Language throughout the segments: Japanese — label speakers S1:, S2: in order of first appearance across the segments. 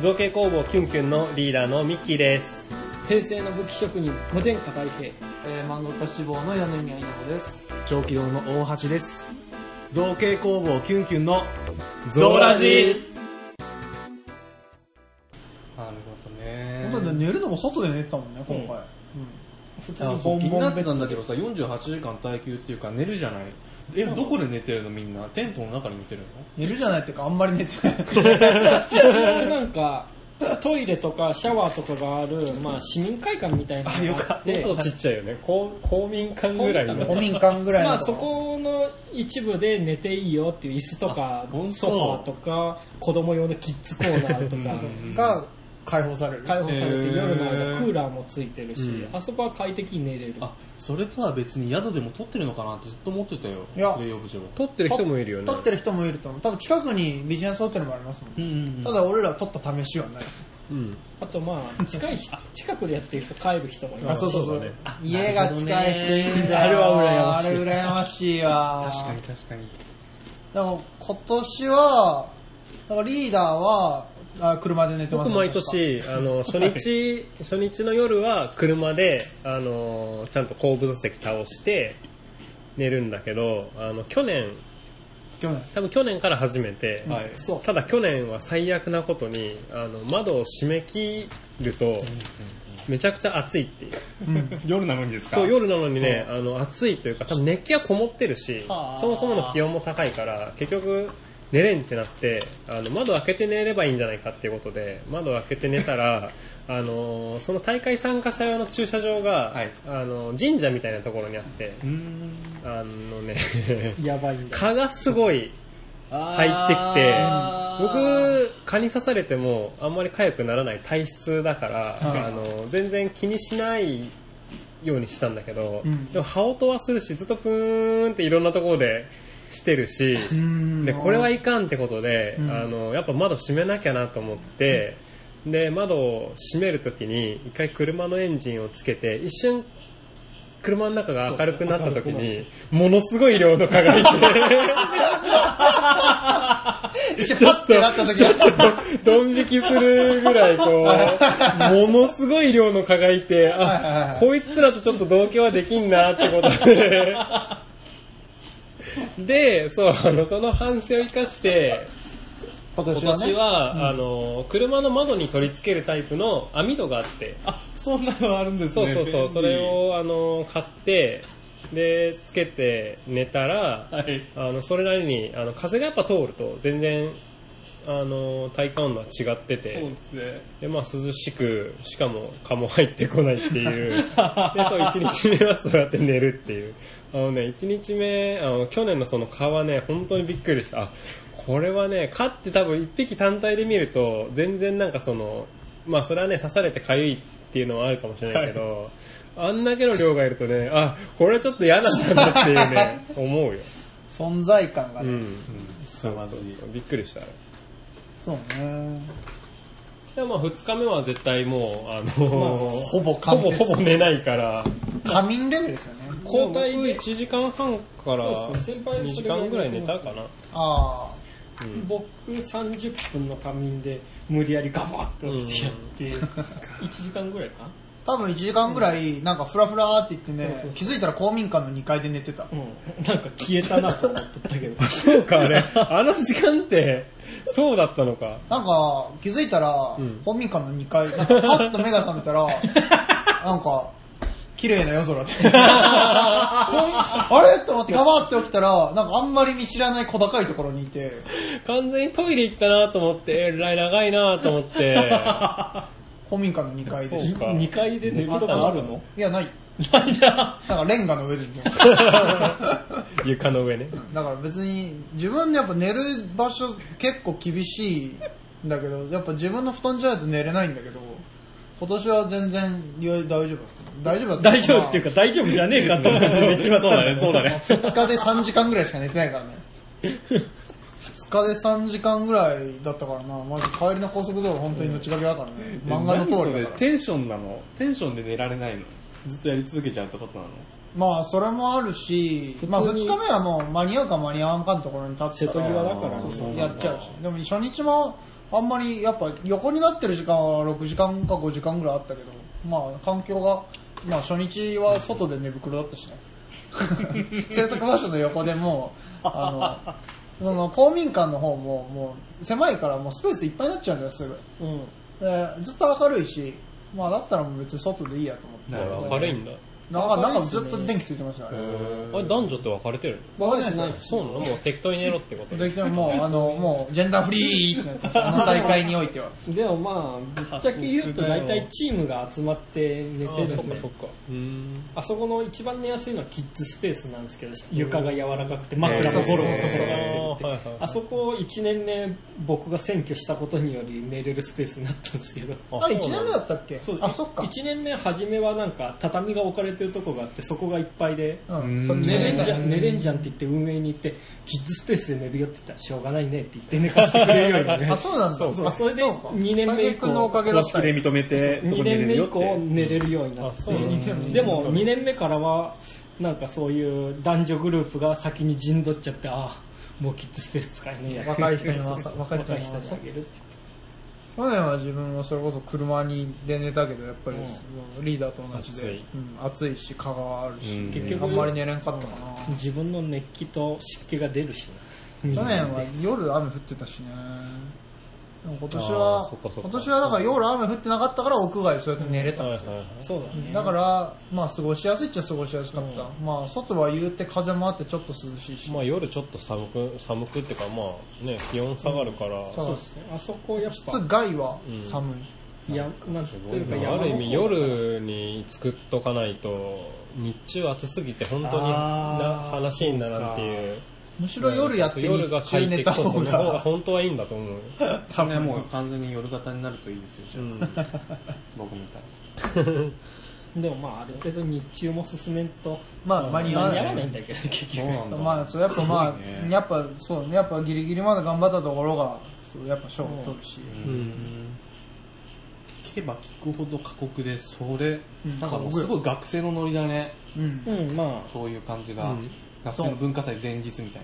S1: 造形工房キュンキュンのリーダーのミッキーです。
S2: 平成の武器職人、無天下大平。
S3: えー、漫画家志望の柳宮稲穂です。
S4: 長期堂の大橋です造形工房キュンキュンの
S1: ゾーラジなるほどね
S3: 今寝るのも外で寝てたもんね、今回。
S1: うん
S3: 普通
S1: あ
S3: に
S1: そう
S3: 本
S1: 気になって
S3: 番
S1: たんだけどさ、48時間耐久っていうか寝るじゃない。え、どこで寝てるのみんな。テントの中に寝てるの
S3: 寝るじゃないっていうか、あんまり寝てない。
S2: それはな んか、トイレとかシャワーとかがある、まあ市民会館みたいなのがあって、
S1: もっとちっちゃいよね。公公民館ぐらいの。
S3: 古民館ぐらいの。
S2: まあそこの一部で寝ていいよっていう椅子とか
S1: 本、当
S2: ソファーとか、子供用のキッズコーナーとか、
S3: が解放される。
S2: 開放されて
S1: へー
S2: 夜の間クーラーもついてる
S1: う
S2: し、
S1: ん
S2: あそこは快適に寝れる。
S5: あそれとは別に宿でも撮ってるのかなってずっと思ってたよ
S3: いや
S5: 栄養部長は
S1: 撮ってる人もいるよね。
S3: 撮ってる人もいると思う。多分近くにビジネスホテルもありますもん。
S5: うんうんうん
S3: ただ俺ら撮った試しはない。
S1: うん。
S2: あとまあ、近い人、近くでやってる人、帰る人もいます。
S1: そうそうそうね
S3: 家が近い人いるんだよ。
S5: なるほどねあれは羨まし
S3: あ
S5: い
S3: れ羨ましいわ。
S5: 確かに。確かに
S3: でも今年は、だからリーダーは、あ車で寝てます
S1: 僕毎。年、あの、初日、初日の夜は車で、あの、ちゃんと後部座席倒して寝るんだけど、あの、去年、
S3: 去年。
S1: 多分去年から始めて、
S5: はい
S3: そう
S1: ただ去年は最悪なことに、あの、窓を閉め切ると、めちゃくちゃ暑いっていう。
S5: 夜なのにです
S1: そう、夜なのにね、あの、暑いというか、多分熱気がこもってるし、
S2: はあ
S1: そもそもの気温も高いから、結局、寝れんってなって、あの、窓開けて寝ればいいんじゃないかっていうことで、窓開けて寝たら、 あの、その大会参加者用の駐車場が、
S5: はい
S1: あの、神社みたいなところにあって、
S5: うーん
S1: あのね、
S2: やばいんだ。
S1: 蚊がすごい入ってきて、僕、蚊に刺されてもあんまり痒くならない体質だから、あの、全然気にしないようにしたんだけど、
S3: うん
S1: でも羽音はするし、ずっとプーンっていろんなところでしてるし、
S3: うん
S1: で、これはいかんってことで、
S3: うん
S1: あの、やっぱ窓閉めなきゃなと思って、で、窓を閉めるときに、一回車のエンジンをつけて、一瞬、車の中が明るくなったときに、ものすごい量の蚊 がいて、
S3: ちょっとなった時
S1: ド ン引きするぐらい、こう、ものすごい量の蚊がいて、
S3: はいはいは
S1: あ
S3: い、
S1: こいつらとちょっと同居はできんなってこと で、で、そう、あの、その反省を生かして、
S3: 今年
S1: 今
S3: はね
S1: 年は、あの、車の網戸に取り付けるタイプの網戸があって、
S5: あそんなのあるんです
S1: そう
S5: ね
S1: そうそう、
S5: 便利
S1: それを、あの、買って、で、つけて寝たら、
S5: はい
S1: あのそれなりにあの風がやっぱ通ると全然あの体感温度は違ってて
S5: そうですね
S1: で、まあ、涼しくしかも蚊も入ってこないって いうでそう1日目はそうやって寝るっていうあのね1日目あの去年のその蚊はね本当にびっくりしたあこれはね蚊って多分1匹単体で見ると全然なんかそのまあそれはね刺されて痒いっていうのはあるかもしれないけど、あんだけの量がいるとねあこれはちょっと嫌なんだなっていうね思うよ
S3: 存在感が
S1: う
S3: ね、
S1: ん
S5: 凄まじい
S1: びっくりした。
S3: そうね。
S1: でもまあ2日目は絶対もう、あの
S3: ほぼ
S1: ほ
S3: 完
S1: ぼ
S3: 結。
S1: ほぼ寝ないから、
S3: 仮眠レベルですよね。
S1: 交代で1時間半から
S2: そうそう先輩
S1: 2時間ぐらい寝たかな。
S3: あ
S2: 僕30分の仮眠で無理やりガバッと起きてやって、1時間ぐらいか
S3: あ。多分1時間ぐらい、なんかフラフラーって言って
S2: そうそうそ
S3: ね
S2: う、
S3: 気づいたら公民館の2階で寝てた。
S2: うん。なんか消えたなと思っとった けど。
S1: そうか、あれ。あの時間って、そうだったのか。
S3: なんか、気づいたら
S1: ん、
S3: 公民館の2階、なんかパッと目が覚めたら、なんか、綺麗な夜空で。あれと思ってガバって起きたら、なんかあんまり見知らない小高いところにいて、
S1: 完全にトイレ行ったなと思って、えらい長いなと思って。
S3: 公民館の2階で
S1: そうか。
S2: 2階で寝ることがあるの
S3: いや、ない。
S2: ないな。
S3: なんかレンガの上で寝てた
S1: 床の上ね。
S3: だから別に自分でやっぱ寝る場所結構厳しいんだけどやっぱ自分の布団じゃないと寝れないんだけど今年は全然いや大丈夫だった大丈夫だった
S2: 大丈夫っていうか大丈夫じゃねえかと思ってめっちゃそうだね、そうだね。
S3: 2日で3時間ぐらいしか寝てないからね2日で3時間ぐらいだったからなマジ帰りの高速道路本当に命がけだからね、漫画の通りだ
S5: え何そ
S3: か
S5: れ
S3: ら
S5: テンションなのテンションで寝られないのずっとやり続けちゃうってことなの
S3: まあそれもあるし、まあ、
S2: 普
S3: 2
S2: 通
S3: 日
S2: に
S3: 目はもう間に合うか間に合わんかのところに立って
S2: 瀬
S3: た
S2: 戸
S3: ら
S2: 際だからね。
S5: そうなんだ
S3: やっちゃうし。でも初日も、あんまりやっぱ横になってる時間は6時間か5時間ぐらいあったけどまあ環境がまあ初日は外で寝袋だった しね制作場所の横でもうあのその公民館の方ももう狭いからもうスペースいっぱいになっちゃうんだよすぐ
S2: うん。
S3: でずっと明るいしまあだったらもう別に外でいいやと思って
S5: なるほど
S1: 明るいんだ。
S3: なんかなんかずっと電気ついてましたね
S1: あれ、男女って分かれてる
S3: わかりないです
S1: そうなのもう適当に寝ろってこと。
S3: できてももうあのもうジェンダーフリーってなってますあの大会においては
S2: でもまあ、ぶっちゃけ言うと大体チームが集まって寝て
S1: あ
S2: る
S1: そっ
S2: ん
S1: か
S2: で
S1: そっか。うーん。
S2: あそこの一番寝やすいのはキッズスペースなんですけど、床が柔らかくて枕もゴロゴロさせられてるって
S1: えーはいはいはい
S2: あそこ1年目僕が選挙したことにより寝れるスペースになったんですけど。
S1: あ
S3: あ、1年目だったっけ
S2: そう
S3: あ、そっか。
S2: 1年目初めはなんか畳が置かれてるとこがあってそこがいっぱいで、
S3: うん、
S5: う
S3: そ
S5: ん
S3: っち
S2: 寝
S3: ね
S2: れんじゃん寝れんじゃんって言って運営に行ってキッズスペースで寝るよって言ったらしょうがないねって言って寝かせてくれるようにね
S3: あ、 そうなんだ。
S5: そうそう
S3: あ
S2: それで
S3: うか
S2: 二年目
S3: 影
S2: 以降
S3: 君のおかげだ
S5: 公
S3: っ
S5: 式
S3: た。
S5: で認めて、そこに
S2: 2
S5: 入れ
S2: 年目
S5: るよ
S2: 以
S5: って。
S2: 降寝れるようになって、
S1: そうなん
S3: だ
S2: でも2年目からはなんかそういう男女グループが先に陣取っちゃってああもうキッズスペース使えねえや
S3: 若い人に 回さ、若い人
S2: 若
S3: に回
S2: い人に
S3: さ
S2: あ。げるって
S3: 去年は自分はそれこそ車にで寝たけど、やっぱり
S2: うん
S3: そのリーダーと同じ
S1: 暑
S3: で
S1: い、
S3: うん暑いし、蚊があるし、
S5: うん
S2: 結局
S3: あんまり寝れんかったかな。
S2: 自分の熱気と湿気が出るしな
S3: 去年は夜雨降ってたしね。でも今年
S1: あー
S3: は
S1: そっかそっか
S3: 今年はだから夜雨降ってなかったから屋外そうやって寝れたんですよ。
S1: はいはい
S2: そうだね
S3: だから、まあ過ごしやすいっちゃ過ごしやすかった。まあ外は言うて風もあってちょっと涼しいし。
S1: まあ夜ちょっと寒く、寒くっていうかまあね、気温下がるから、
S3: そう
S2: そうですねあそこやっぱ
S3: 室外は寒い。
S2: いやなんていうか
S1: あ
S2: 山の
S1: る
S2: 方
S1: 意味夜に作っとかないと、日中暑すぎて本当にな
S5: あー
S1: 話にならんっていう。
S3: むしろ夜やって日
S1: 夜が快
S3: 中寝
S1: 適
S3: た
S1: そう
S3: 方
S1: そうの方が
S3: が。
S1: 本当はいいんだ と思う。
S5: 多分もう完全に夜型になるといいですよ、じ
S1: う
S5: ゃあ。
S1: ん。
S5: 僕みたいに。
S2: でもまあある程度日中も進めんと
S3: まあ間に合わ
S2: 間に合わ
S3: な
S2: ない
S3: い。
S2: んだけど結局
S5: そうなんだ。
S3: まあ、そうやっぱます
S5: ごい
S3: あ、
S5: ね
S3: やっぱそうね、やっぱギリギリまで頑張ったところが、そうやっぱ賞を取るし。
S5: うん聞けば聞くほど過酷で、それ、
S3: うん
S5: なんかもうすごい学生のノリだね。
S3: うん。
S2: うんまあ
S5: そういう感じが。
S1: うん
S5: 学生の文化祭前日みたい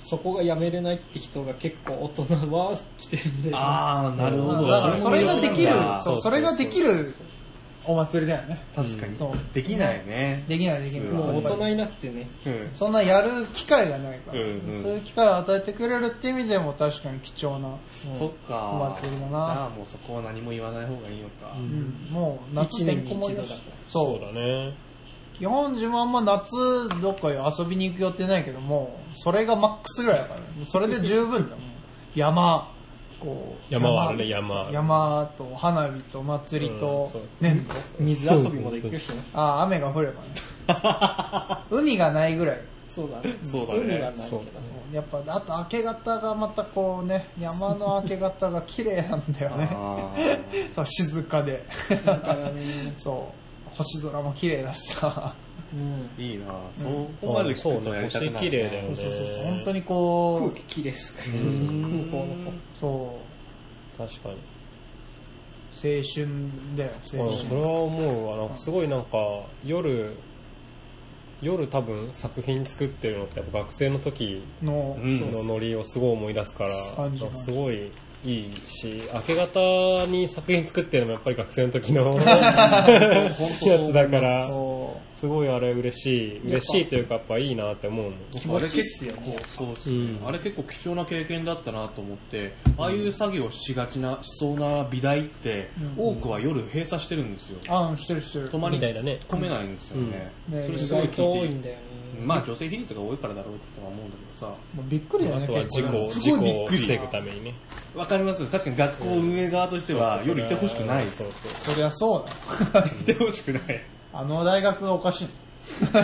S2: そこがやめれないって人が結構大人は来てるんで
S5: な。ああ、なる
S3: ま
S5: ほ
S3: あ
S5: ど。
S3: だからそれができる
S5: そう、
S3: そう、それができるお祭りだよね。
S5: 確かに
S2: そう。
S5: できないね。
S3: できないできない。
S5: そう
S2: もう大人になってね
S5: うん。
S3: そんなやる機会がないから、
S5: うんうん
S3: そういう機会を与えてくれるって意味でも確かに貴重な。
S5: そっか。
S3: お祭りだな
S5: じゃあもうそこは何も言わない方がいいのか。
S3: うん、もう夏
S2: 一
S3: て
S2: 年
S3: んこ
S2: に
S3: 盛
S2: 一
S3: りだ
S2: 度だか
S3: し
S2: ら。
S1: そ
S3: そう
S1: うだね。
S3: 基本自分はあんま夏どっか遊びに行く予定ないけどもそれがマックスぐらいだから、ね、それで十分だもん山こう
S1: 山はあるね山
S3: 山と花火と祭りと
S1: うんそうそう
S3: 年と
S2: 水遊びもできるしね
S3: ああ雨が降ればね 海がないぐらい
S2: そうだね
S5: そうだね
S2: 海はないけ
S1: そ
S2: ど
S1: うだ
S3: やっぱあと明け方がまたこうね山の明け方が綺麗なん だよね
S5: あー
S3: そう静かでそう星空も綺麗だしさ
S2: うん
S5: いいなそこまで聞くとやりたく
S1: そ
S5: な
S1: うね星綺
S5: る
S1: 麗だよね
S5: ね。
S3: 本当にこう
S2: 空気きれいですから
S5: う
S2: ね
S5: ん
S2: 空港の方
S3: そう
S1: 確かに。
S3: 青春だよ青
S1: うんそれ
S3: 春
S1: は思うわ。なんかすごいなんか、夜、夜多分作品作ってるのってやっぱ学生の時
S3: の、
S5: うん
S1: のノリをすごい思い出すから、
S3: 感じ
S1: なん
S3: る
S1: かすごいいいし、明け方に作品作ってるのもやっぱり学生の時のやつだから、
S3: そ
S1: すごいあれ嬉しい、嬉しいというかやっぱいいなって思うもん。
S5: 気
S2: 持ちいいっすよね
S5: そうっすね、
S1: うん
S5: あれ結構貴重な経験だったなと思って、ああいう作業しがちな、しそうな美大って、多くは夜閉鎖してるんですよ。
S3: うあうんしてるしてる
S5: 泊まり
S1: みたいだね
S5: 込めないんですよね。
S3: うんね
S5: それ
S2: 意
S5: すごい
S2: 外と多
S5: 聞
S2: い
S5: い
S2: ん
S5: て
S2: だよね
S5: まあ女性比率が多いからだろうとは思うんだけどさ。
S3: もうびっくりだよね
S1: あとは事
S3: 結構
S1: 故、
S3: ね
S1: 事
S3: すごい
S1: 故
S3: び
S1: を
S3: っくり
S1: 防ぐためにね。
S5: わかります確かに学校運営側としては夜いてほしくない。
S1: そうそう。
S3: そりゃそう
S5: いてほしくない。
S3: だ あの大学がお かしい
S5: 本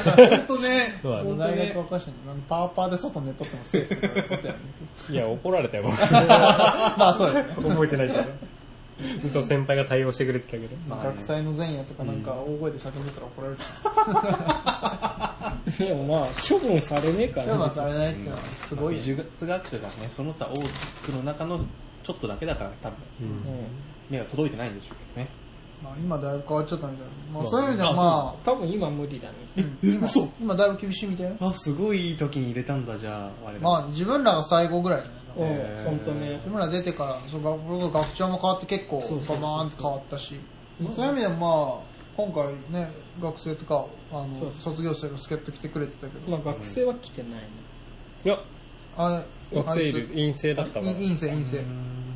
S5: 当ね。
S1: そうだ
S3: あ
S1: ね
S3: の大学がおかしいのパーパーで外寝とってもセーフって ことやね
S1: いや、怒られたよ、僕
S3: まあそうですね
S1: 覚えてないけど。ずっと先輩が対応してくれてたけど。
S5: まあね
S3: 学祭の前夜とかなんか大声で叫んでたら怒られる
S2: でもまあ処分されねえか
S3: 手
S2: ら
S3: は
S2: ね
S3: されないってのはすごいよ
S5: 美術学科がね、その他多くの中のちょっとだけだから、多分、
S1: うん
S2: うん
S5: 目が届いてないんでしょうけどね。
S3: まあ、今だいぶ変わっちゃったんだよ、まあ、
S1: まあ
S3: そういう意味ではま
S2: 多分今無理だね。
S3: あ、うん今今だいぶ厳しいみたいな
S5: あ、すごいいい時に入れたんだ、じゃあ、我々。
S3: まあ自分らが最後ぐらいだね
S2: うん、
S5: へー
S2: 本当ね
S3: 自。分ら出てからそう学校学長も変わって結構
S2: そうそうそうそう
S3: ババーンと変わったしそういう意味でもまあ今回ね学生とかあ
S2: そ
S3: の
S2: う
S3: 卒業生が助っ人来てくれてたけど
S2: まあ学生は来てないね。
S1: いや、
S3: あれ
S1: 学生いる、陰性だった
S3: あ
S1: か
S3: い
S1: ら。
S3: つい陰性陰性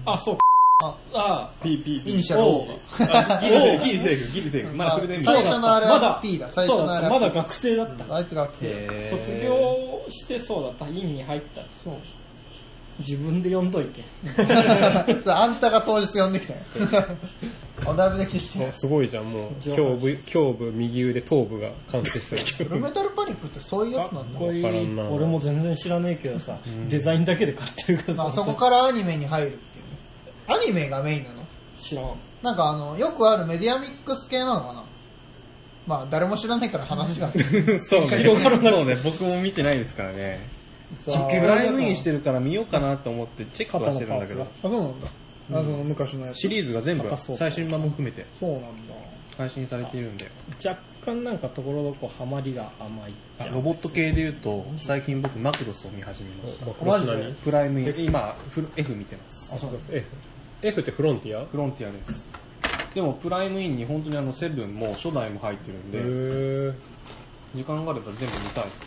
S2: あ、そう。
S3: あ
S2: あ
S1: ピーピー
S3: イニシャル O
S5: あギリセーフ、ギリセーフ、ギリセーフ。まあ、それでいいんだ
S3: 最初のあれ
S2: まだ
S3: は P だ最
S2: そ
S3: 初
S2: う
S3: の
S2: だ
S3: あ
S2: っ
S3: れ
S2: た。
S3: は
S2: まだ学生だった。
S3: あいつ学生
S5: へー
S2: 卒業してそうだった。院に入った。
S3: そう
S2: 自分で呼んどいて。
S3: そうあんたが当日呼んでき たよあだいぶできてきて
S1: おすごいじゃん、もう、
S2: 上
S1: 胸
S2: 半身
S1: 部、胸部、右腕、頭部が完成してる。
S3: フルメタルパニックってそういうやつなんだ
S2: こうい
S1: わからん
S2: う
S1: な
S2: 俺も全然知らねえけどさ、デザインだけで買ってるから
S3: ま
S2: さ
S3: あ、そこからアニメに入るっていうねアニメがメインなの
S2: 知らん。
S3: なんかあのよくあるメディアミックス系なのかなまあ誰も知らないから話が
S5: そうね。
S2: 広がらない
S5: そうね、僕も見てないですからね。
S3: さあ
S5: プライムインしてるから見ようかなと思ってチェックはしてるんだけど
S2: 肩のパー。
S3: あそうなんだあその昔のや
S5: シリーズが全部
S2: 高、そう
S5: 最新版も含めて
S3: そうなんだ
S5: 配信されているんで。
S2: 若干なんかところどころハマりが甘いじゃん
S5: ロボット系で言うと、最近僕、マクロスを見始めました。
S3: マジで
S5: プライムイン、今、フル F 見てます。
S3: あそうなんだ
S1: F, F ってフロンティア
S5: フロンティアです。でも、プライムインに本当にあの、セブンも初代も入ってるん
S1: へ
S5: で、
S1: ー
S5: 時間があれば全部見たいですね。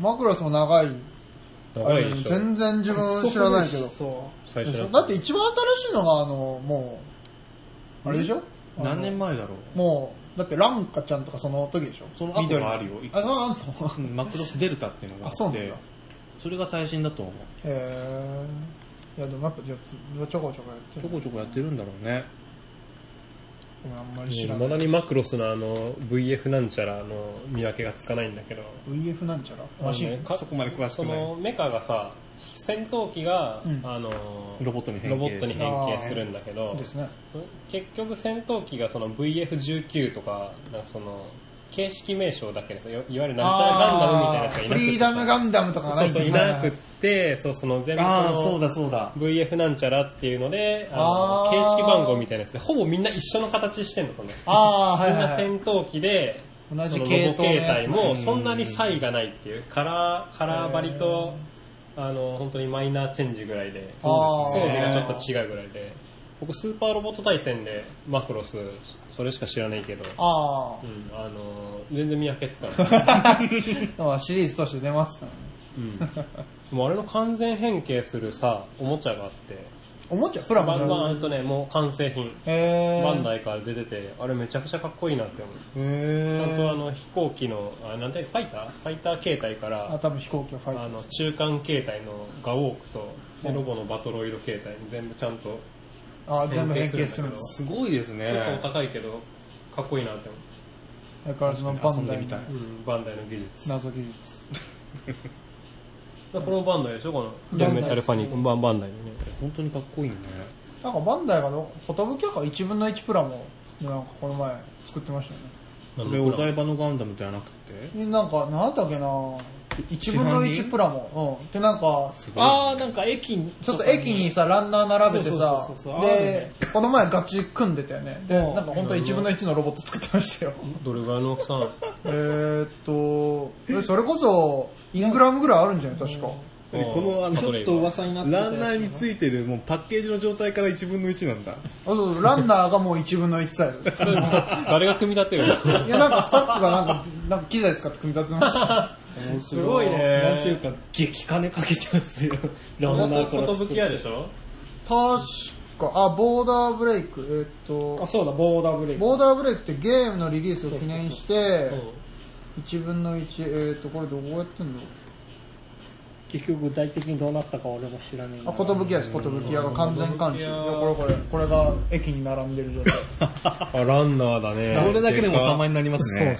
S3: マクロスも長い
S1: 長いでしょ。
S3: 全然自分知らないけど
S2: そ
S1: 最
S3: で
S1: 初
S3: し
S1: の
S3: ょ
S1: やつ
S3: だって一番新しいのがあのもうあれでしょ
S5: 何年前だろう
S3: もうだってランカちゃんとかその時でしょ
S5: その後があるよ
S3: 緑のあそうなんだ
S5: うんマクロスデルタっていうのがあ
S3: あそう
S5: っ
S3: なん
S5: て
S3: だ、
S5: それが最新だと思う。
S3: へえいやでもやっぱじゃあつちょこちょこやって
S5: ちょこちょこやってるんだろうね。
S3: ごめんあんまり知ら
S1: いま
S3: ない
S1: だにマクロスのあの VF なんちゃらの見分けがつかないんだけど
S3: VF なんちゃららしいね
S1: あのか
S5: そこまで詳しく
S1: そ
S5: ない
S1: のメカがさ戦闘機が、
S3: うん
S1: あの
S5: ロボットに変形
S1: ロボットに変形するんだけど
S3: ですね
S1: 結局戦闘機がその VF19 とかなんかその形式名称だけでいわいわゆるなんちゃらガンダムみたいなやつがいなくて
S3: フリーダムガンダムとかがな
S1: そう
S3: い
S1: そ
S3: んだ
S1: ういなくってそうその全部そ
S5: ああ、
S1: の
S5: そうだそうだ。
S1: VF なんちゃらっていうのであの
S3: あー
S1: 形式番号みたいなやつでほぼみんな一緒の形してんのその
S3: ああは
S1: み
S3: い
S1: ん
S3: はい
S1: な
S3: はい
S1: 戦闘機で、
S3: 同じ
S1: その
S3: 系
S1: ロボ
S3: 統の
S1: 形
S3: やつ
S1: 態もそんなに差異がないっていう、カラー、カラー張りと、あの、本当にマイナーチェンジぐらいで、
S3: あ
S1: 装
S3: ー
S1: 備がちょっと違うぐらいで、僕スーパーロボット対戦でマクロス、それしか知らないけど、
S3: あ
S1: うん、あの、全然見分けつかない。
S3: あまあシリーズとして出ますからね
S1: うん。でもあれの完全変形するさ、おもちゃがあって、
S3: おもちゃプラモ
S1: バンバン
S3: へ
S1: あるとね、もう完成品。
S3: え
S1: バンダイから出てて、あれめちゃくちゃかっこいいなって思う。ちゃんとあの飛行機の、あなんていうかファイターファイター形態か
S3: あ
S1: ら、
S3: 多分飛行機をファイ
S1: あ
S3: ト
S1: の中間形態のガウォークと、でロボのバトロイド形態に全部ちゃんと、
S3: ああ全部変形するん
S1: 変形するんだけど
S3: です
S5: すごいです
S1: ちょっ
S5: ね
S1: とお。高いけど、かっこいいなって思
S3: だからそのバンダイ
S5: 遊んでみたい
S1: うん。バンダイの技術。
S3: 謎技術
S1: このバンダイでしょこの、
S3: バンダ
S1: メ
S3: イ
S1: タルパニック、バンバンダイのね。
S5: 本当にかっこいいね。
S3: なんかバンダイがの寿か1分の1プラモなんかこの前作ってましたよね
S5: これお台場のガンダムではなくて
S3: えなんか、なんだっけな1分の1プラモ。うん。で、なんか、
S2: う。ああ、なんか駅に。
S3: ちょっと駅にさ、ランナー並べてさ
S2: そうそうそうそう、ある
S3: で
S2: ね、
S3: この前ガチ組んでたよね。で、
S2: うん
S3: なんか本当1分の1のロボット作ってましたよ。
S1: どれぐらいの大きさなの
S3: えーっと、えそれこそ、イングラムぐらいあるんじゃない確か。
S1: このあの
S2: ちょっと噂になってたやつ
S5: ついてるもうパッケージの状態から1分の1なんだ。
S3: あそうそうランナーがもう1分の1サイズ。
S1: 誰が組み立てるの
S3: いや、なんかスタッフがなんか、なんか機材使って組み立てました。
S1: すごいね。
S2: なんていうか、激金かけてますよ。ラ
S1: こ
S2: ンナ
S1: の
S2: ーから
S1: ことぶき屋でしょ
S3: 確か、あ、ボーダーブレイク。えーっ
S2: あ、
S3: と、
S2: そうだ、ボーダーブレイク。
S3: ボーダーブレイクってゲームのリリースを記念して
S1: うん、
S3: 1分の1、えー、とこれどこやってんの
S2: 結局具体的にどうなったか俺も知らねえな
S3: あ寿屋です寿屋が完全監視いやこれこれこれが駅に並んでる状態
S1: あ、ランナーだね。
S5: これだけでも様になりますね。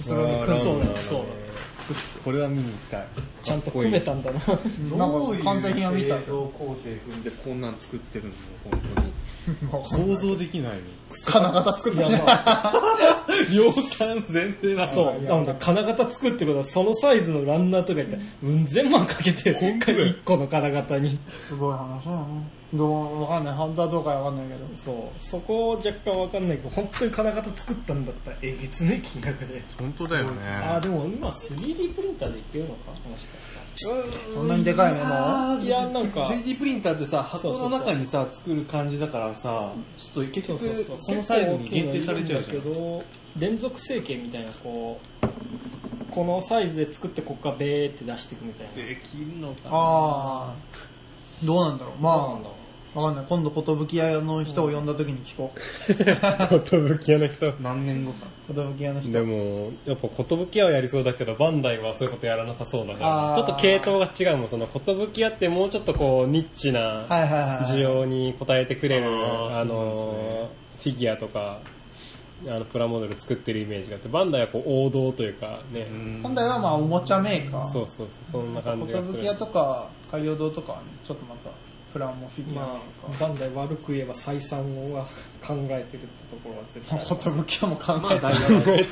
S3: それに
S1: あーランナー
S3: クソ
S1: だね
S2: そうだそうだ
S3: 作って
S5: これは見に行きたい。
S2: ちゃんと組めたんだな。
S3: なんか完成品を見た
S5: 製造工程踏んでこんなん作ってるの本当に。想像できないよ。
S3: 金型作っ
S2: いや
S3: たね。
S2: まあ、
S5: 量産前提なの
S2: そう。なんだ、金型作ってことは、そのサイズのランナーとか言って、うん、千万かけてる、一個の金型に。
S3: すごい話だな。どうわかんない。本当はどうかわかんないけど。
S2: そう。そこ若干わかんないけど、本当に金型作ったんだったら、えげつね、金額で。
S5: 本当だよね。
S2: ああ、でも今 3D プリンターでいけるのかもしかしたら。
S3: そんなにでかいものを
S5: あー
S2: いやなんか
S5: 3D プリンターってさ箱の中にさ作る感じだからさちょっと結局そのサイズに限定されちゃうじゃん
S2: 結構大きいのいるんだけど連続成形みたいなこうこのサイズで作ってここからベーって出していくみたいな
S5: できるのか
S3: ああ、どうなんだろう。
S2: な
S3: ま
S2: んだろ
S3: あ、わかんない。今度、寿屋の人を呼んだ時に聞こ
S1: 寿屋の人。
S5: 何年後か
S3: う。寿屋の人。
S1: でも、やっぱ寿屋はやりそうだけど、バンダイはそういうことやらなさそうだから
S3: あ、ー
S1: ちょっと系統が違うもん、その寿屋ってもうちょっとこう、ニッチ
S3: は
S1: ない
S3: はいはい。
S1: 需要に応えてくれる、
S5: あー
S1: あの、フィギュアとか、あのプラモデル作ってるイメージがあって、バンダイはこう王道というかね、
S3: 本来はまあ、おもちゃメーカー。
S1: そうそうそう、そんな感じがす
S3: 寿
S1: る。
S3: 屋とか、海洋堂とかはね、ちょっとまた、プラモフィギュアメ
S2: まあ
S3: ーカ
S2: バンダイ悪く言えば採算をは考えてるってところは絶 対あります
S3: ー。寿屋も考え た。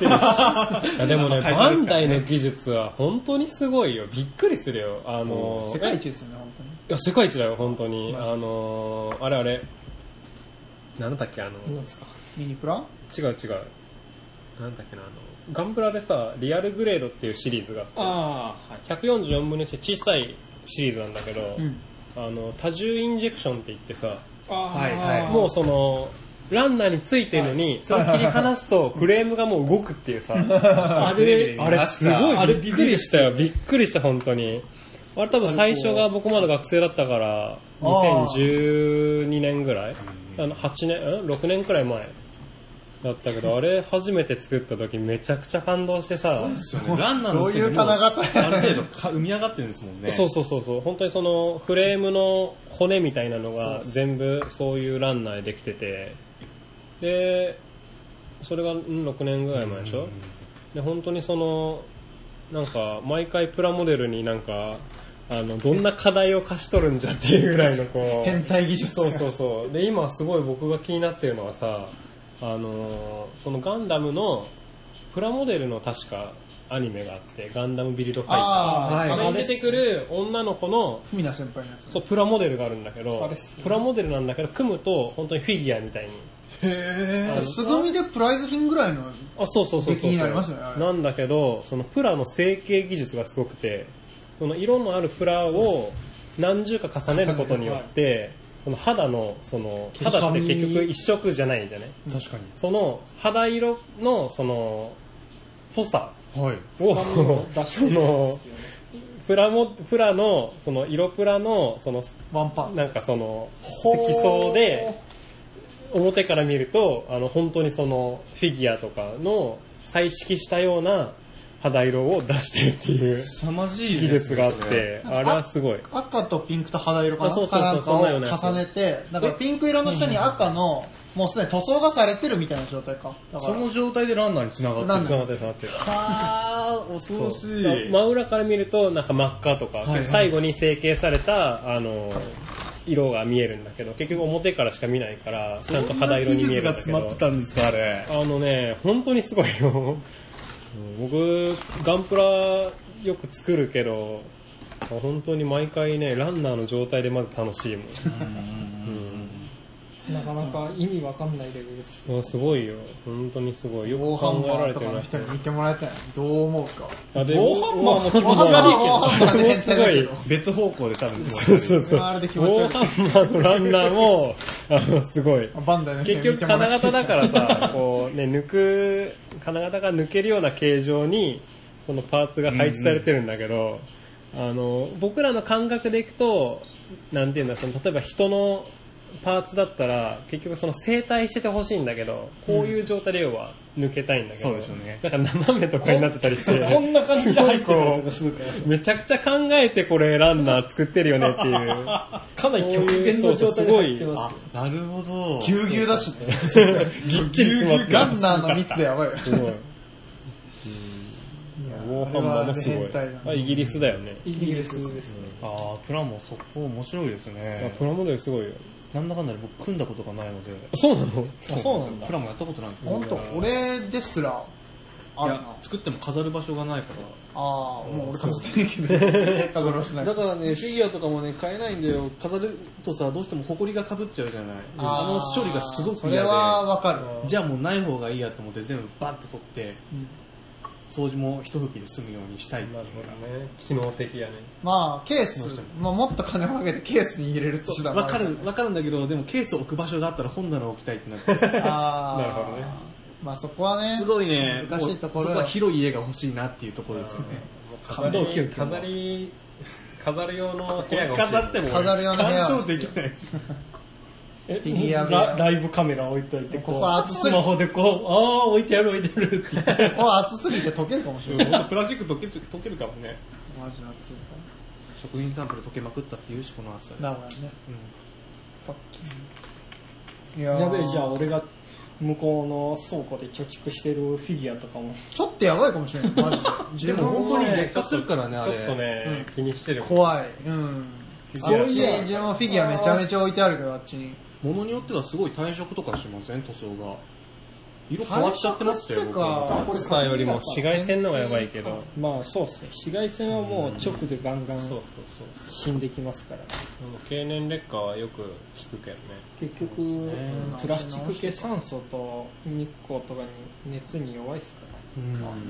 S1: いやでもね、
S5: 会社
S1: バ
S5: で
S1: ン
S5: すか
S1: ダ
S5: ら
S1: イ
S5: ね
S1: の技術は本当にすごいよ。びっくりするよ。あのー、
S3: 世界一ですよね、本当に。
S1: いや、世界一だよ、本当に。
S3: マジで
S1: あのー、あれあれ。なんだっけ、あの、
S2: なんですか
S3: ミニプラ
S1: 違う違う。なんだっけな、あの、ガンプラでさ、リアルグレードっていうシリーズがあっ
S2: ああはい
S1: て、144分の1で小さいシリーズなんだけど、
S3: うん。
S1: あの、多重インジェクションって言ってさ、
S2: ああ
S5: はいはい
S1: もうその、ランナーについてるのに、それを切り離すとフレームがもう動くっていうさ、あれ、あれすごい、
S2: あ
S1: あ
S2: れ
S1: れ
S2: び
S1: びっ
S2: っく
S1: く
S2: り
S1: り
S2: し
S1: したた
S2: よ
S1: よ、びっくりした、本当に。あれ多分最初が僕まだ学生だったから、
S3: あー
S1: 2012年ぐらいあの、8年、うん ?6 年くらい前だったけど、あれ初めて作った時めちゃくちゃ感動してさ、
S5: ランナーの時点でも
S3: どういう金型
S5: ある程度か生み上がってるんですもんね
S1: そうそうそうそう本当にそのフレームの骨みたいなのが全部そういうランナーでできててでそれがうん6年ぐらい前でしょ、で本当にそのなんか毎回プラモデルになんかあのどんな課題を貸し取るんじゃっていうぐらいのこう
S3: 変態技術。
S1: そうそうそう。で、今すごい僕が気になってるのはさ、あのーそのガンダムの、プラモデルの確かアニメがあって、ガンダムビルドファイター。
S3: あー
S1: あ
S3: はい
S1: れに出てくる女の子の、
S3: ふみな先輩のやつ。
S1: そう、プラモデルがあるんだけ
S2: あ
S1: ど
S2: れっすね、
S1: プラモデルなんだけど、組むと本当にフィギュアみたいに。
S5: へ
S1: あの
S3: 素組みでプライズ品ぐらいの、
S1: あ、そうそうそうそう。
S3: 気になりますよねあれ
S1: なんだけど、そのプラの成形技術がすごくて、その色のあるプラを何重か重ねることによって、その肌の、その、肌って結局一色じゃないじゃね。
S5: え確かに
S1: その肌色のそのポスタ
S5: はい
S1: ーを
S2: 出し
S1: そ
S2: てるんで
S1: の
S2: すよね
S1: プラモプラのその色プラのその
S3: ワンパンツ。
S1: なんかその積層で表から見るとあの本当にそのフィギュアとかの彩色したような肌色を出してるっていう
S5: 凄まじい
S1: 技術があってあれはすごい
S3: 赤とピンクと肌色か
S1: あ
S3: な
S1: そうそうそう
S3: かなんかを
S1: そんなようなやつ
S3: 重ねて、だからピンク色の下に赤の、もうすでに塗装がされてるみたいな状態か。だか
S5: そ
S3: ら
S5: の状態でランナーにつながって
S3: ラン
S5: る
S3: ナー
S1: なってなってる
S5: あー恐ろしい
S1: そう真裏から見るとなんか真っ赤とか、
S5: いはい
S1: 最後に成形されたあの色が見えるんだけど結局表からしか見ないからちゃんと肌色に見えるんだけ
S5: そんな技術が詰まってた
S1: ど
S5: んですかあれ
S1: あのね本当にすごいようん僕ガンプラよく作るけど本当に毎回ねランナーの状態でまず楽しいもん
S2: なかなか意味わかんないレベルです
S1: うんすごいよ本当にすごいよく
S3: 防犯
S1: 考え
S3: マ
S1: ら
S3: ン
S1: れ
S3: と
S1: て
S3: か
S1: る
S3: の
S1: な
S3: 人に見てもらいたいなどう思うか。
S1: あで
S2: 防犯マンも
S1: 防
S3: 防
S1: 犯マン
S3: 犯マン
S1: も
S3: は変態だけど。
S5: 別方向で多分
S1: そうそうそう。
S3: あれで気持ち
S1: 防
S3: 悪い
S1: 犯マンのランナーも、あの、すごい。
S3: バンダイの人
S1: 結
S3: に見
S1: 局
S3: ても
S1: 金
S3: らいた
S1: 型
S3: い。
S1: だからさ、こうね、抜く、金型が抜けるような形状に、そのパーツが配置されてるんだけど、あの、僕らの感覚でいくと、なんていうんだ、その、例えば人のパーツだったら、結局その生体しててほしいんだけど、こういう状態で要は抜けたいんだけど、
S5: そうでしょうね
S1: なんか斜めとかになってたりして、
S2: こんな感じで入ってるとかするから
S1: めちゃくちゃ考えてこれランナー作ってるよねって いう。
S2: かなり極限の状態で入ってま
S5: あ
S2: すよ
S5: なるほど
S3: ぎゅうぎゅうだしね。
S1: ぎっちり詰まって
S3: ガ
S1: ま
S3: ン
S1: す。
S3: ナーの密でやばいよ。
S1: すごい。
S3: いや
S1: ウォのハンマーもすごい
S3: あれは変態だ。な
S1: あイギリスだよね。
S2: イギリスですね。
S5: ああプラモそこ面白いです
S1: あ
S5: ね
S1: プラモデルすごいよ。
S5: なんだかんだで僕組んだことがないので
S1: あそうなの
S2: あそうなんだ
S5: プラモやったことないんですよ
S3: 本当俺ですらあ
S5: い
S3: る
S5: や
S3: な
S5: 作っても飾る場所がないか
S3: ああもう俺飾ってないけど飾らせな
S5: ら
S3: い
S5: だからねフィギュアとかもね買えないんだよ飾るとさどうしても埃がかぶっちゃうじゃないあの
S3: ー
S5: 処理がすごく
S3: そ
S5: 嫌
S3: れ
S5: で
S3: はわかる
S5: じゃあもうない方がいいやと思って全部バッと取って、掃除も一吹きで済むようにしたいっていう
S1: なるほどね。機能的やね。
S3: まあケース、まあ、もっと金をかけてケースに入れる手段
S5: わか
S3: あ
S5: る、わかるんだけど、でもケース置く場所があったら本棚置きたいってなって。
S3: ああ
S1: なるほどね
S3: まあそこはね
S5: すごいね、
S3: 難しいところ
S5: もうそこは広い家が欲しいなっていうところですよね。
S1: 飾
S2: 感動休
S1: り、
S2: 憩
S1: 飾り、飾る用の部屋が欲しい。
S5: 飾っても
S3: 飾るような部屋
S5: 干渉できない。
S2: え
S3: フィギュア部屋
S2: ラライブカメラ置いといて、こ
S3: ここ
S2: う、
S3: 熱すぎ
S2: スマホでこう、ああー、置いてやる置いてやるって言って。
S3: ここは熱すぎて溶けるかもしれない
S5: ほんとプラスチック溶けち溶けるかもね。
S3: マジ熱いか
S5: 食品サンプル溶けまくったっていうし、この暑さで。
S3: ら名古屋ねファッキンいや
S2: やべえ、
S3: ー
S2: じゃあ俺が向こうの倉庫で貯蓄してるフィギュアとかも。
S3: ちょっとやばいかもしれないマジで
S5: で
S3: 自
S5: も
S3: 分
S5: 本当に劣
S1: ちょ
S5: 化
S1: っと
S5: するからね、あ
S1: ち
S5: れ。
S1: ょっとね、気にしてる。
S3: 怖いうん
S1: そういえば
S3: あっちに自分はフィギュアめちゃめちゃ置いてあるけどあっちに
S5: 物によってはすごい退色とかしません塗装が。色変わっちゃってましたよ、
S3: 退色って
S5: 僕
S3: か
S1: 暑さよりも紫外線の方がやばいけど。
S2: まあそうっすね。紫外線はもう直でガンガン
S1: そうそうそうそう。
S2: 死んできますから。
S1: あの経年劣化はよく聞くけどね。
S2: 結局、
S5: ね
S2: プラスチック系酸素と日光とかに熱に弱いっすから。
S5: うん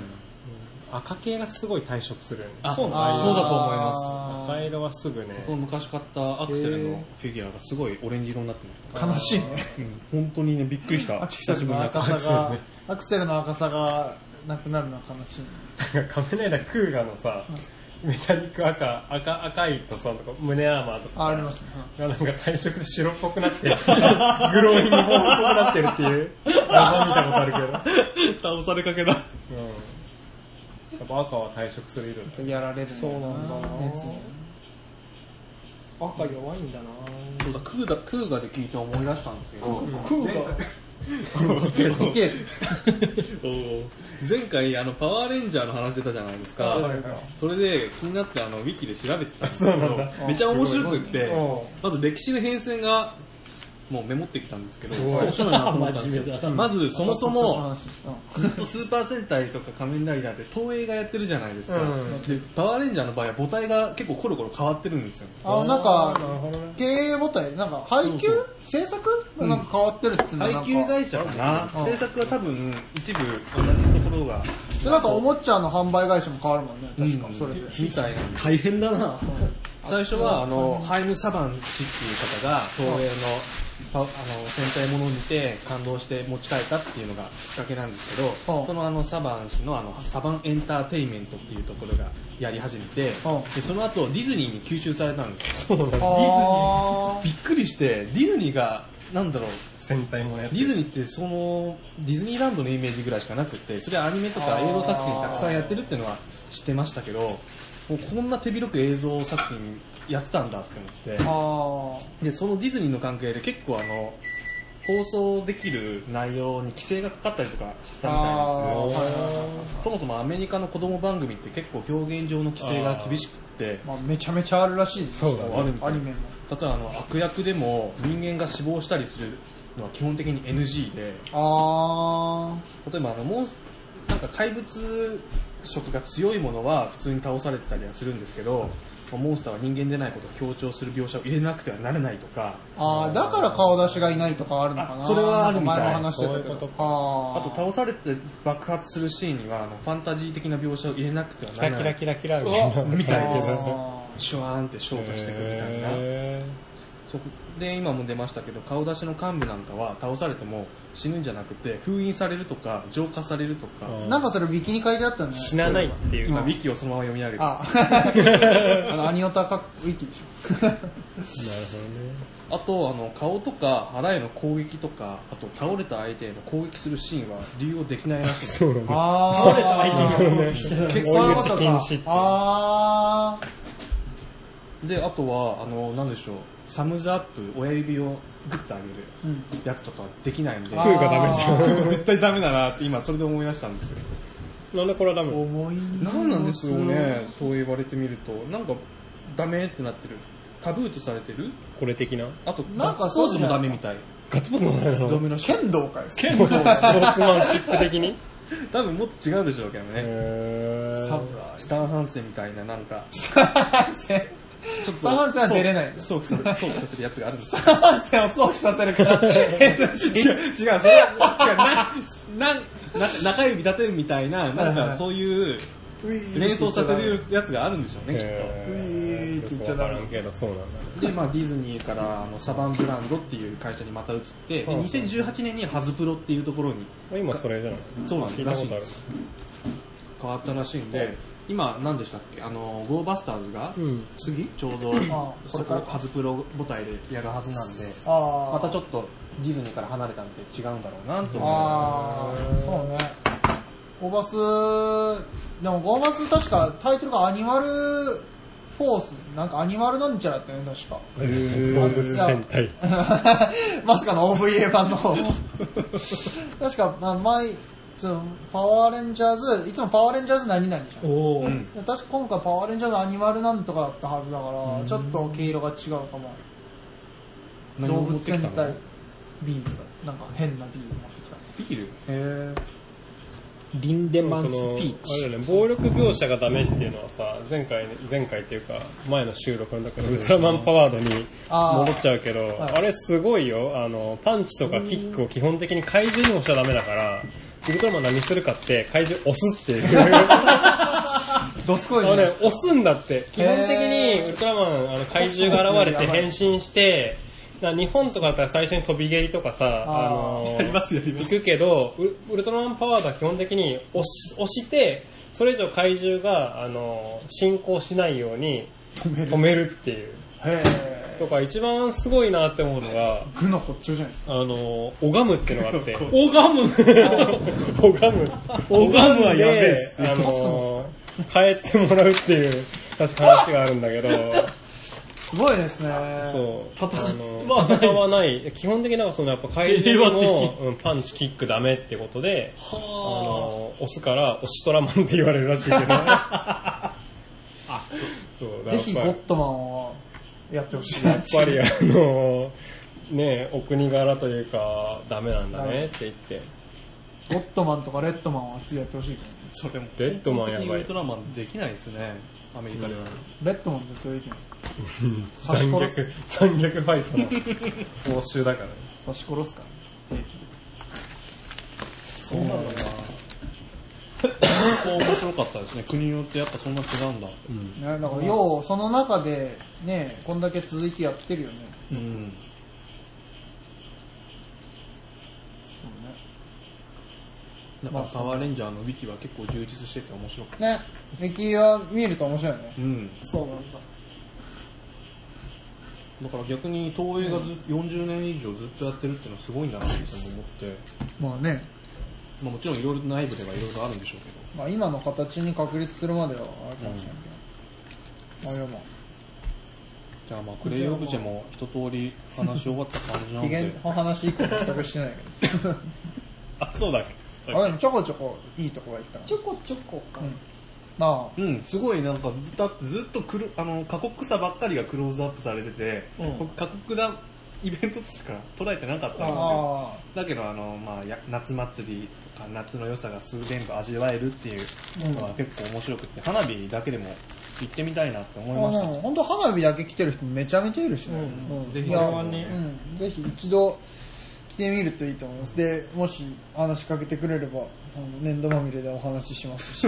S1: 赤系がすごい退色するよね。
S5: あ、
S2: そ
S5: そうう
S2: なんだ
S5: だと思います。
S3: あー
S1: 赤色はすぐね。
S5: 僕昔買ったアクセルのフィギュアがすごいオレンジ色になってました。
S3: 悲しい ね
S5: 本当にね、びっくりした。久しぶりに
S3: 赤さが、アクセルの赤さがなくなるのは悲しいね。
S1: なんか仮面ライダークーガのさ、メタリック赤、赤、赤いとさ、とか胸アーマーとか
S3: あ、ありますね。
S1: がなんか退色で白っぽくなって、グロ ーイングっぽくなってるっていう謎見たことあるけど。
S5: 倒されかけ
S1: う
S5: だ。
S1: ん。やっぱ赤は退色する色だ。
S3: やられるね
S2: そうなんだな
S3: 熱に
S2: 赤弱いんだな
S5: そうだ、クーガ、クーガで聞いて思い出したんですけど、
S2: クーが
S3: いける
S5: 前回、あの、パワーレンジャーの話出たじゃないですか。それで、気になって、あの、ウィキで調べてたんですけど、めちゃ面白くって
S1: うん、
S5: まず歴史の変遷が、もうメモってきたんですけど、
S1: ごい
S5: 面白いなと思った んですよ。まず、そもそも、ずっとスーパー戦隊とか仮面ライダーって東映がやってるじゃないですか、
S1: うん
S5: でパワーレンジャーの場合は母体が結構コロコロ変わってるんですよ
S3: あ、なんか、
S1: ほどね。
S3: 経営母体、なんか配給制作なんか変わってるっていうのなん
S5: 配給
S3: か
S5: 会社かな
S3: うん
S5: 制作は多分一部同じところが
S3: で、なんかおもちゃの販売会社も変わるもんね、確か、それで。
S5: みたいな
S2: 大変だな
S5: 最初はあのハイム・サバン氏っていう方が東映のパあの戦隊ものを見て感動して持ち帰ったっていうのがきっかけなんですけ
S3: う
S5: ど
S3: ん
S5: そのあのサバン氏のあのサバンエンターテインメントっていうところがやり始めてでその後ディズニーに吸収されたんです
S1: そ
S5: よ
S1: うなんだ。
S3: あ
S5: びっくりして、ディズニーが、なんだろう、
S1: 戦隊もやって
S5: ディズニーってその、ディズニーランドのイメージぐらいしかなくて、それはアニメとか映像作品たくさんやってるっていうのは知ってましたけど、もうこんな手広く映像作品やってたんだって思
S3: ー
S5: っ
S3: あ
S5: て、で、そのディズニーの関係で結構あの、放送できる内容に規制がかかったりとかし
S3: ー、
S5: たみたいなん
S3: あ
S5: です
S3: ー、
S5: よ。そもそもアメリカの子供番組って結構表現上の規制が厳しくって、
S3: まあめちゃめちゃあるらしいです
S1: そうだね
S5: あるみた
S3: ア
S5: い
S3: ニメも。
S5: 例えばあの悪役でも人間が死亡したりするのは基本的に NG で
S3: あ
S5: 例えばあのモンスなんか怪物色が強いものは普通に倒されてたりはするんですけどモンスターは人間でないことを強調する描写を入れなくてはならないとか
S3: ー、あー、だから顔出しがいないとかあるのかな
S5: あそれはあるみたい
S3: 前も話してたけ
S1: そういうこ
S3: ど
S1: と。
S3: あ
S5: あと倒されて爆発するシーンにはあのファンタジー的な描写を入れなくては
S1: キ
S5: な
S1: ラ
S5: ら
S1: キ
S5: な
S1: ラ
S5: い
S1: キラキラ
S5: みたいで
S3: あ
S5: すシュワーンって消化してくるみたいな
S1: へ
S5: そこで今も出ましたけど顔出しの幹部なんかは倒されても死ぬんじゃなくて封印されるとか浄化されるとか、
S1: ー
S3: なんかそれウィキに書いてあったね。
S1: 死なないっていう。
S5: 今ウィキをそのまま読み上げてあ
S3: あ、あの、アニオタかウィキでし
S5: とあの顔とか腹への攻撃とかあと倒れた相手への攻撃するシーンは利用できないらしい です
S1: そうなん
S3: ょ。
S1: だ。
S3: あ
S2: 倒れた相手に攻撃してる
S3: 結
S1: 追い
S3: 婚
S1: 打ち禁止って
S3: あ
S5: であとはあのなんでしょうサムズアップ親指をグッと上げる
S3: ーうん。
S5: やつとかできないんで
S3: あー
S1: がダメじゃん
S5: 絶対ダメだなって今それで思い出したんですよ
S1: なんでこれはダメ
S3: 重い
S5: なんなんですよねそう言われてみるとなんかダメってなってるタブーとされてる
S1: これ的な
S5: あと
S3: な
S5: ガ
S3: ん
S5: ッ
S3: か
S5: ツ
S3: そ
S5: ポー
S3: う
S5: ズ
S3: じゃ
S5: も
S3: ない
S5: ダメみたい
S1: ガッツポーズもない
S5: ダ
S1: の
S5: メらしい
S3: 剣道かよ
S1: 剣道スポーツマンシップ的に
S5: 多分もっと違うでしょうけどね
S1: へ
S3: サムライ
S5: スタンハンセンみたいななんかちょっと
S3: スタンハンセンは出れない
S5: そうそうそうそうさせるやつがあるん ですよ
S3: ハンセンを想起させる から NG
S5: 違うそれは違うななんな中指立てるみたいななんかそういう連想させるやつがあるんでしょうねきっと
S1: え
S3: うぃーって言っちゃダメ
S1: わからんけどそうなんだ
S5: で、まあ、ディズニーからあのサバンブランドっていう会社にまた移って、で
S1: はい
S5: 2018年にハズプロっていうところに
S1: 今それじゃない
S5: そうなん
S1: 聞
S5: で
S1: い
S5: す
S1: た
S5: ら
S1: こ
S5: しいん
S1: とある
S5: です変わったらしいん
S1: はい
S5: で今何でしたっけあのゴーバスターズが
S1: うん
S3: 次
S5: ちょうど
S3: あこ
S5: そ
S3: れか
S5: こ
S3: ら
S5: ハズプロ母体でやるはずなんで
S3: ああ
S5: またちょっとディズニーから離れたので違うんだろうなと思
S3: ああそうねゴーバスでもゴーバス確かタイトルがアニマルフォースなんかアニマルなんちゃらってね確か
S1: 動物戦隊
S3: まさかの OVA 版の方確か、まあ、前いつもパワーレンジャーズいつもパワーレンジャーズ何々じゃん
S2: おお、
S5: う、うん、
S3: 確か今回パワーレンジャーズアニマルなんとかだったはずだからちょっと毛色が違うかも
S5: 何
S3: 動
S5: を
S3: 物
S5: 持ってき
S3: 全
S5: た
S3: 体
S5: の
S3: ビールがなんか変なビール持ってきた
S5: ビール
S4: え
S2: リンデ
S1: でも
S2: マン
S1: そ
S2: スピ
S1: の
S2: ー
S1: あれ
S2: チ
S1: だよね暴力描写がダメっていうのはさ前回前回っていうか前の収録の中でウルトラマンパワードに
S3: あー
S1: 戻っちゃうけど
S3: はい
S1: あれすごいよあのパンチとかキックを基本的に怪獣にもしちゃダメだからウルトラマン何するかって怪獣押すっていう
S3: どすこい
S1: あのね
S3: ね、
S1: 押すんだって。基本的にウルトラマン、あの怪獣が現れて変身して、な日本とかだったら最初に飛び蹴りとかさ、あ
S3: あー
S1: の
S5: やりますやります
S1: 行くけど、ウウルトラマンパワードは基本的に押し押して、それ以上怪獣が、あの進行しないように止めるっていう。
S3: へえ
S1: とか、一番すごいなって思うのが、
S3: 具の骨頂じゃないですか
S1: あの拝むっていうのがあ って、拝む拝む拝むはやべえっす。あの変えてもらうっていう、確か話があるんだけど、
S3: すごいですね
S1: そう。
S2: 戦
S1: あの
S2: わない
S1: 戦わない。基本的になんかそのやっぱ怪獣
S2: 平
S1: の
S2: 和、
S1: うんパンチキックダメってことで、あ
S2: は
S1: の押すから、押しトラマンって言われるらしいけど。あ、そう。
S3: ぜひゴッドマンをやってほしい。
S1: やっぱりあのねお国柄というかダメなんだねって言って
S3: ゴッドマンとかレッドマンは次やってほしいけど
S5: それも
S1: レッドマンやばい
S5: 本当にウルトラマンできないですねアメリカでは、
S3: レッドマン絶対できない。
S1: 残
S3: 刺し殺す
S1: 虐残虐フ ァイトの報酬だからね
S3: 刺し殺すから。平気で
S5: そうなんだな。ここ面白かったですね。国によってやっぱそんな違うんだ。
S3: ね、だから、よう、その中で、ね、こんだけ続いてやってるよね。
S5: うん。
S3: そうね。
S5: だからパワーレンジャーのウィキは結構充実してて面白かった。
S3: ね、歴は見ると面白いよね。
S5: うん。
S2: そうなんだ
S5: だから逆に東映がず、40年以上ずっとやってるってのはすごいんだなっていつも思って。
S3: まあね、
S5: まあもちろんいろいろ内部ではいろいろあるんでしょうけ
S3: まあ今の形に確立するまでは、あれかもしれんけど。まあでも、
S5: ど。じゃあまあクレイオブジェも一通り話し終わった感じな
S3: 機
S5: ん
S3: 嫌
S5: で。
S3: の話以降全くしてないけど。
S5: あ、そうだっけ
S3: あ、でもちょこちょこいいとこがいったな
S2: ちょこちょこか、
S3: うんまあ、
S5: うん、すごいなんかずっとずっとくるあの過酷さばっかりがクローズアップされてて、
S2: うん
S5: 僕過酷なイベントとしか捉えてなかったんですよ。
S3: あ
S5: だけどあの、まあ、や夏祭りとか夏の良さが全部味わえるっていうのは結構面白くて、花火だけでも行ってみたいなって思
S3: あ、
S5: いました、
S3: もう本当花火だけ来てる人めちゃめちゃいるしね。
S2: う
S3: うん
S5: ぜひ
S3: いや
S5: これはね
S3: うん、ぜひ一度来てみるといいと思います。で、もし話しかけてくれれば、あの粘土まみれでお話ししますし。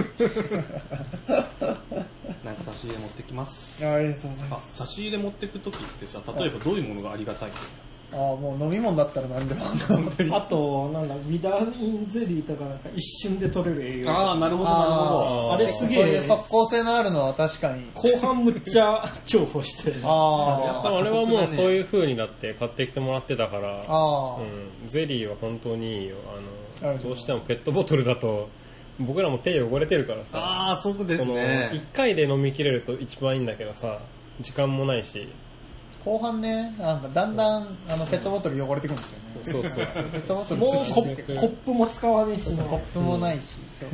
S5: なんか差し入れ持ってきます
S3: あありがとうございま
S5: あ
S3: す。
S5: 差し入れ持ってく時ってさ例えばどういうものがありがたい
S3: ああ、もう飲み物だったら何でも。
S2: あとなんだビタミンゼリーとかなんか一瞬で取れる栄養
S5: ああなるほどなるほ
S3: あ
S5: ど
S2: あれすげ
S3: そういう
S2: え
S3: 速攻性のあるのは確かに。
S2: 後半むっちゃ重宝してる
S1: で
S3: ああ、
S1: もあれはもうそういう風になって買ってきてもらってたから、
S3: ああ、
S1: うん、ゼリーは本当にいいよあ
S3: あ
S1: の
S3: りがとうございます
S1: どうしてもペットボトルだと僕らも手汚れてるからさ
S5: ああそうです
S1: その1
S5: ね
S1: 回で飲み切れると一番いいんだけどさ時間もないし
S3: 後半ね、なんかだんだんあのペットボトル汚れてくるんですよね。
S1: そうそうそう
S3: ペットボトル
S2: もうコ
S3: つきつ
S2: ッ
S3: け
S2: プコップも使わねえしな
S3: コップもないし、そうっ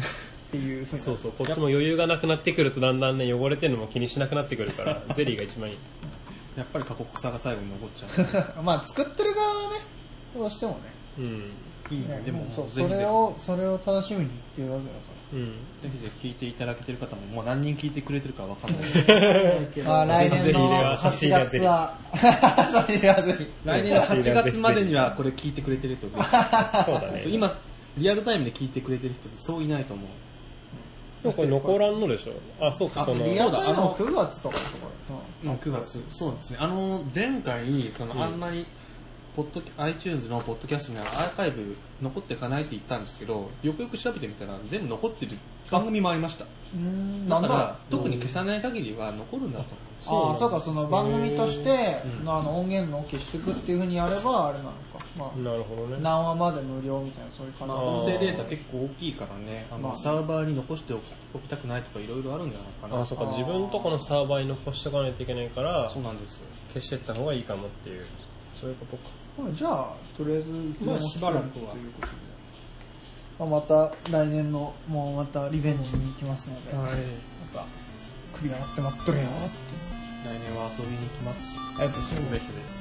S3: ていうふうに
S1: そうそうこっちも余裕がなくなってくるとだんだんね汚れてるのも気にしなくなってくるからゼリーが一番いい
S5: やっぱり過酷さが最後に残っちゃ
S3: まあ作ってる側はねどうしてもね
S1: うん
S5: う。 いいね
S3: ね
S5: でも、
S3: そうそ
S5: ぜひぜ
S3: れをそれを楽しみに言ってるわけだか
S1: うん
S5: ひ、ぜひぜひ聞いていただけてる方も、もう何人聞いてくれてるかわかんない
S3: ら、まあ、来年の
S1: ゼ
S3: 8
S1: リーで
S3: 月は それ言わずに
S5: 来年の8月までにはこれ聞いてくれてると嬉しい
S1: そうだね
S5: そう今、リアルタイムで聞いてくれてる人ってそういないと思う。
S1: でもこれ残らんのでしょあそうか
S3: あ
S1: その
S3: リアルタイム
S5: そうだあの
S3: の9月とかとか
S5: まあ、9月、そうですね。あの、前回、その、あんまり、ポッドキャ、iTunes のポッドキャストにはアーカイブ残っていかないって言ったんですけど、よくよく調べてみたら、全部残ってる番組もありました。
S3: うーんな
S5: だ
S3: んだ
S5: から、特に消さない限りは残るんだと思
S3: ああそうかその番組としてのあの音源の消していくっていうふうにやればあれなのかまあ
S1: なるほどね
S3: 何話まで無料みたいなそういう感
S5: う。まあ、
S1: ー
S5: 音声データ結構大きいからね、あ
S3: ま
S5: の、
S3: あ
S5: サーバーに残しておきおきたくないとかいろいろあるんじゃないかな。
S1: あそうか自分とこのサーバーに残しておかないといけないから
S5: そうなんですよ。
S1: 消してった方がいいかもっていうそういうことか
S3: じまあじゃあとりあえず
S2: まあしばらくは
S3: ということでまあまた来年のもうまたリベンジに行きますので、ま
S5: い。
S3: た首洗って待っとれよって
S5: 来年は遊びに行きます。
S3: ありがとうございます
S5: ひぜひ。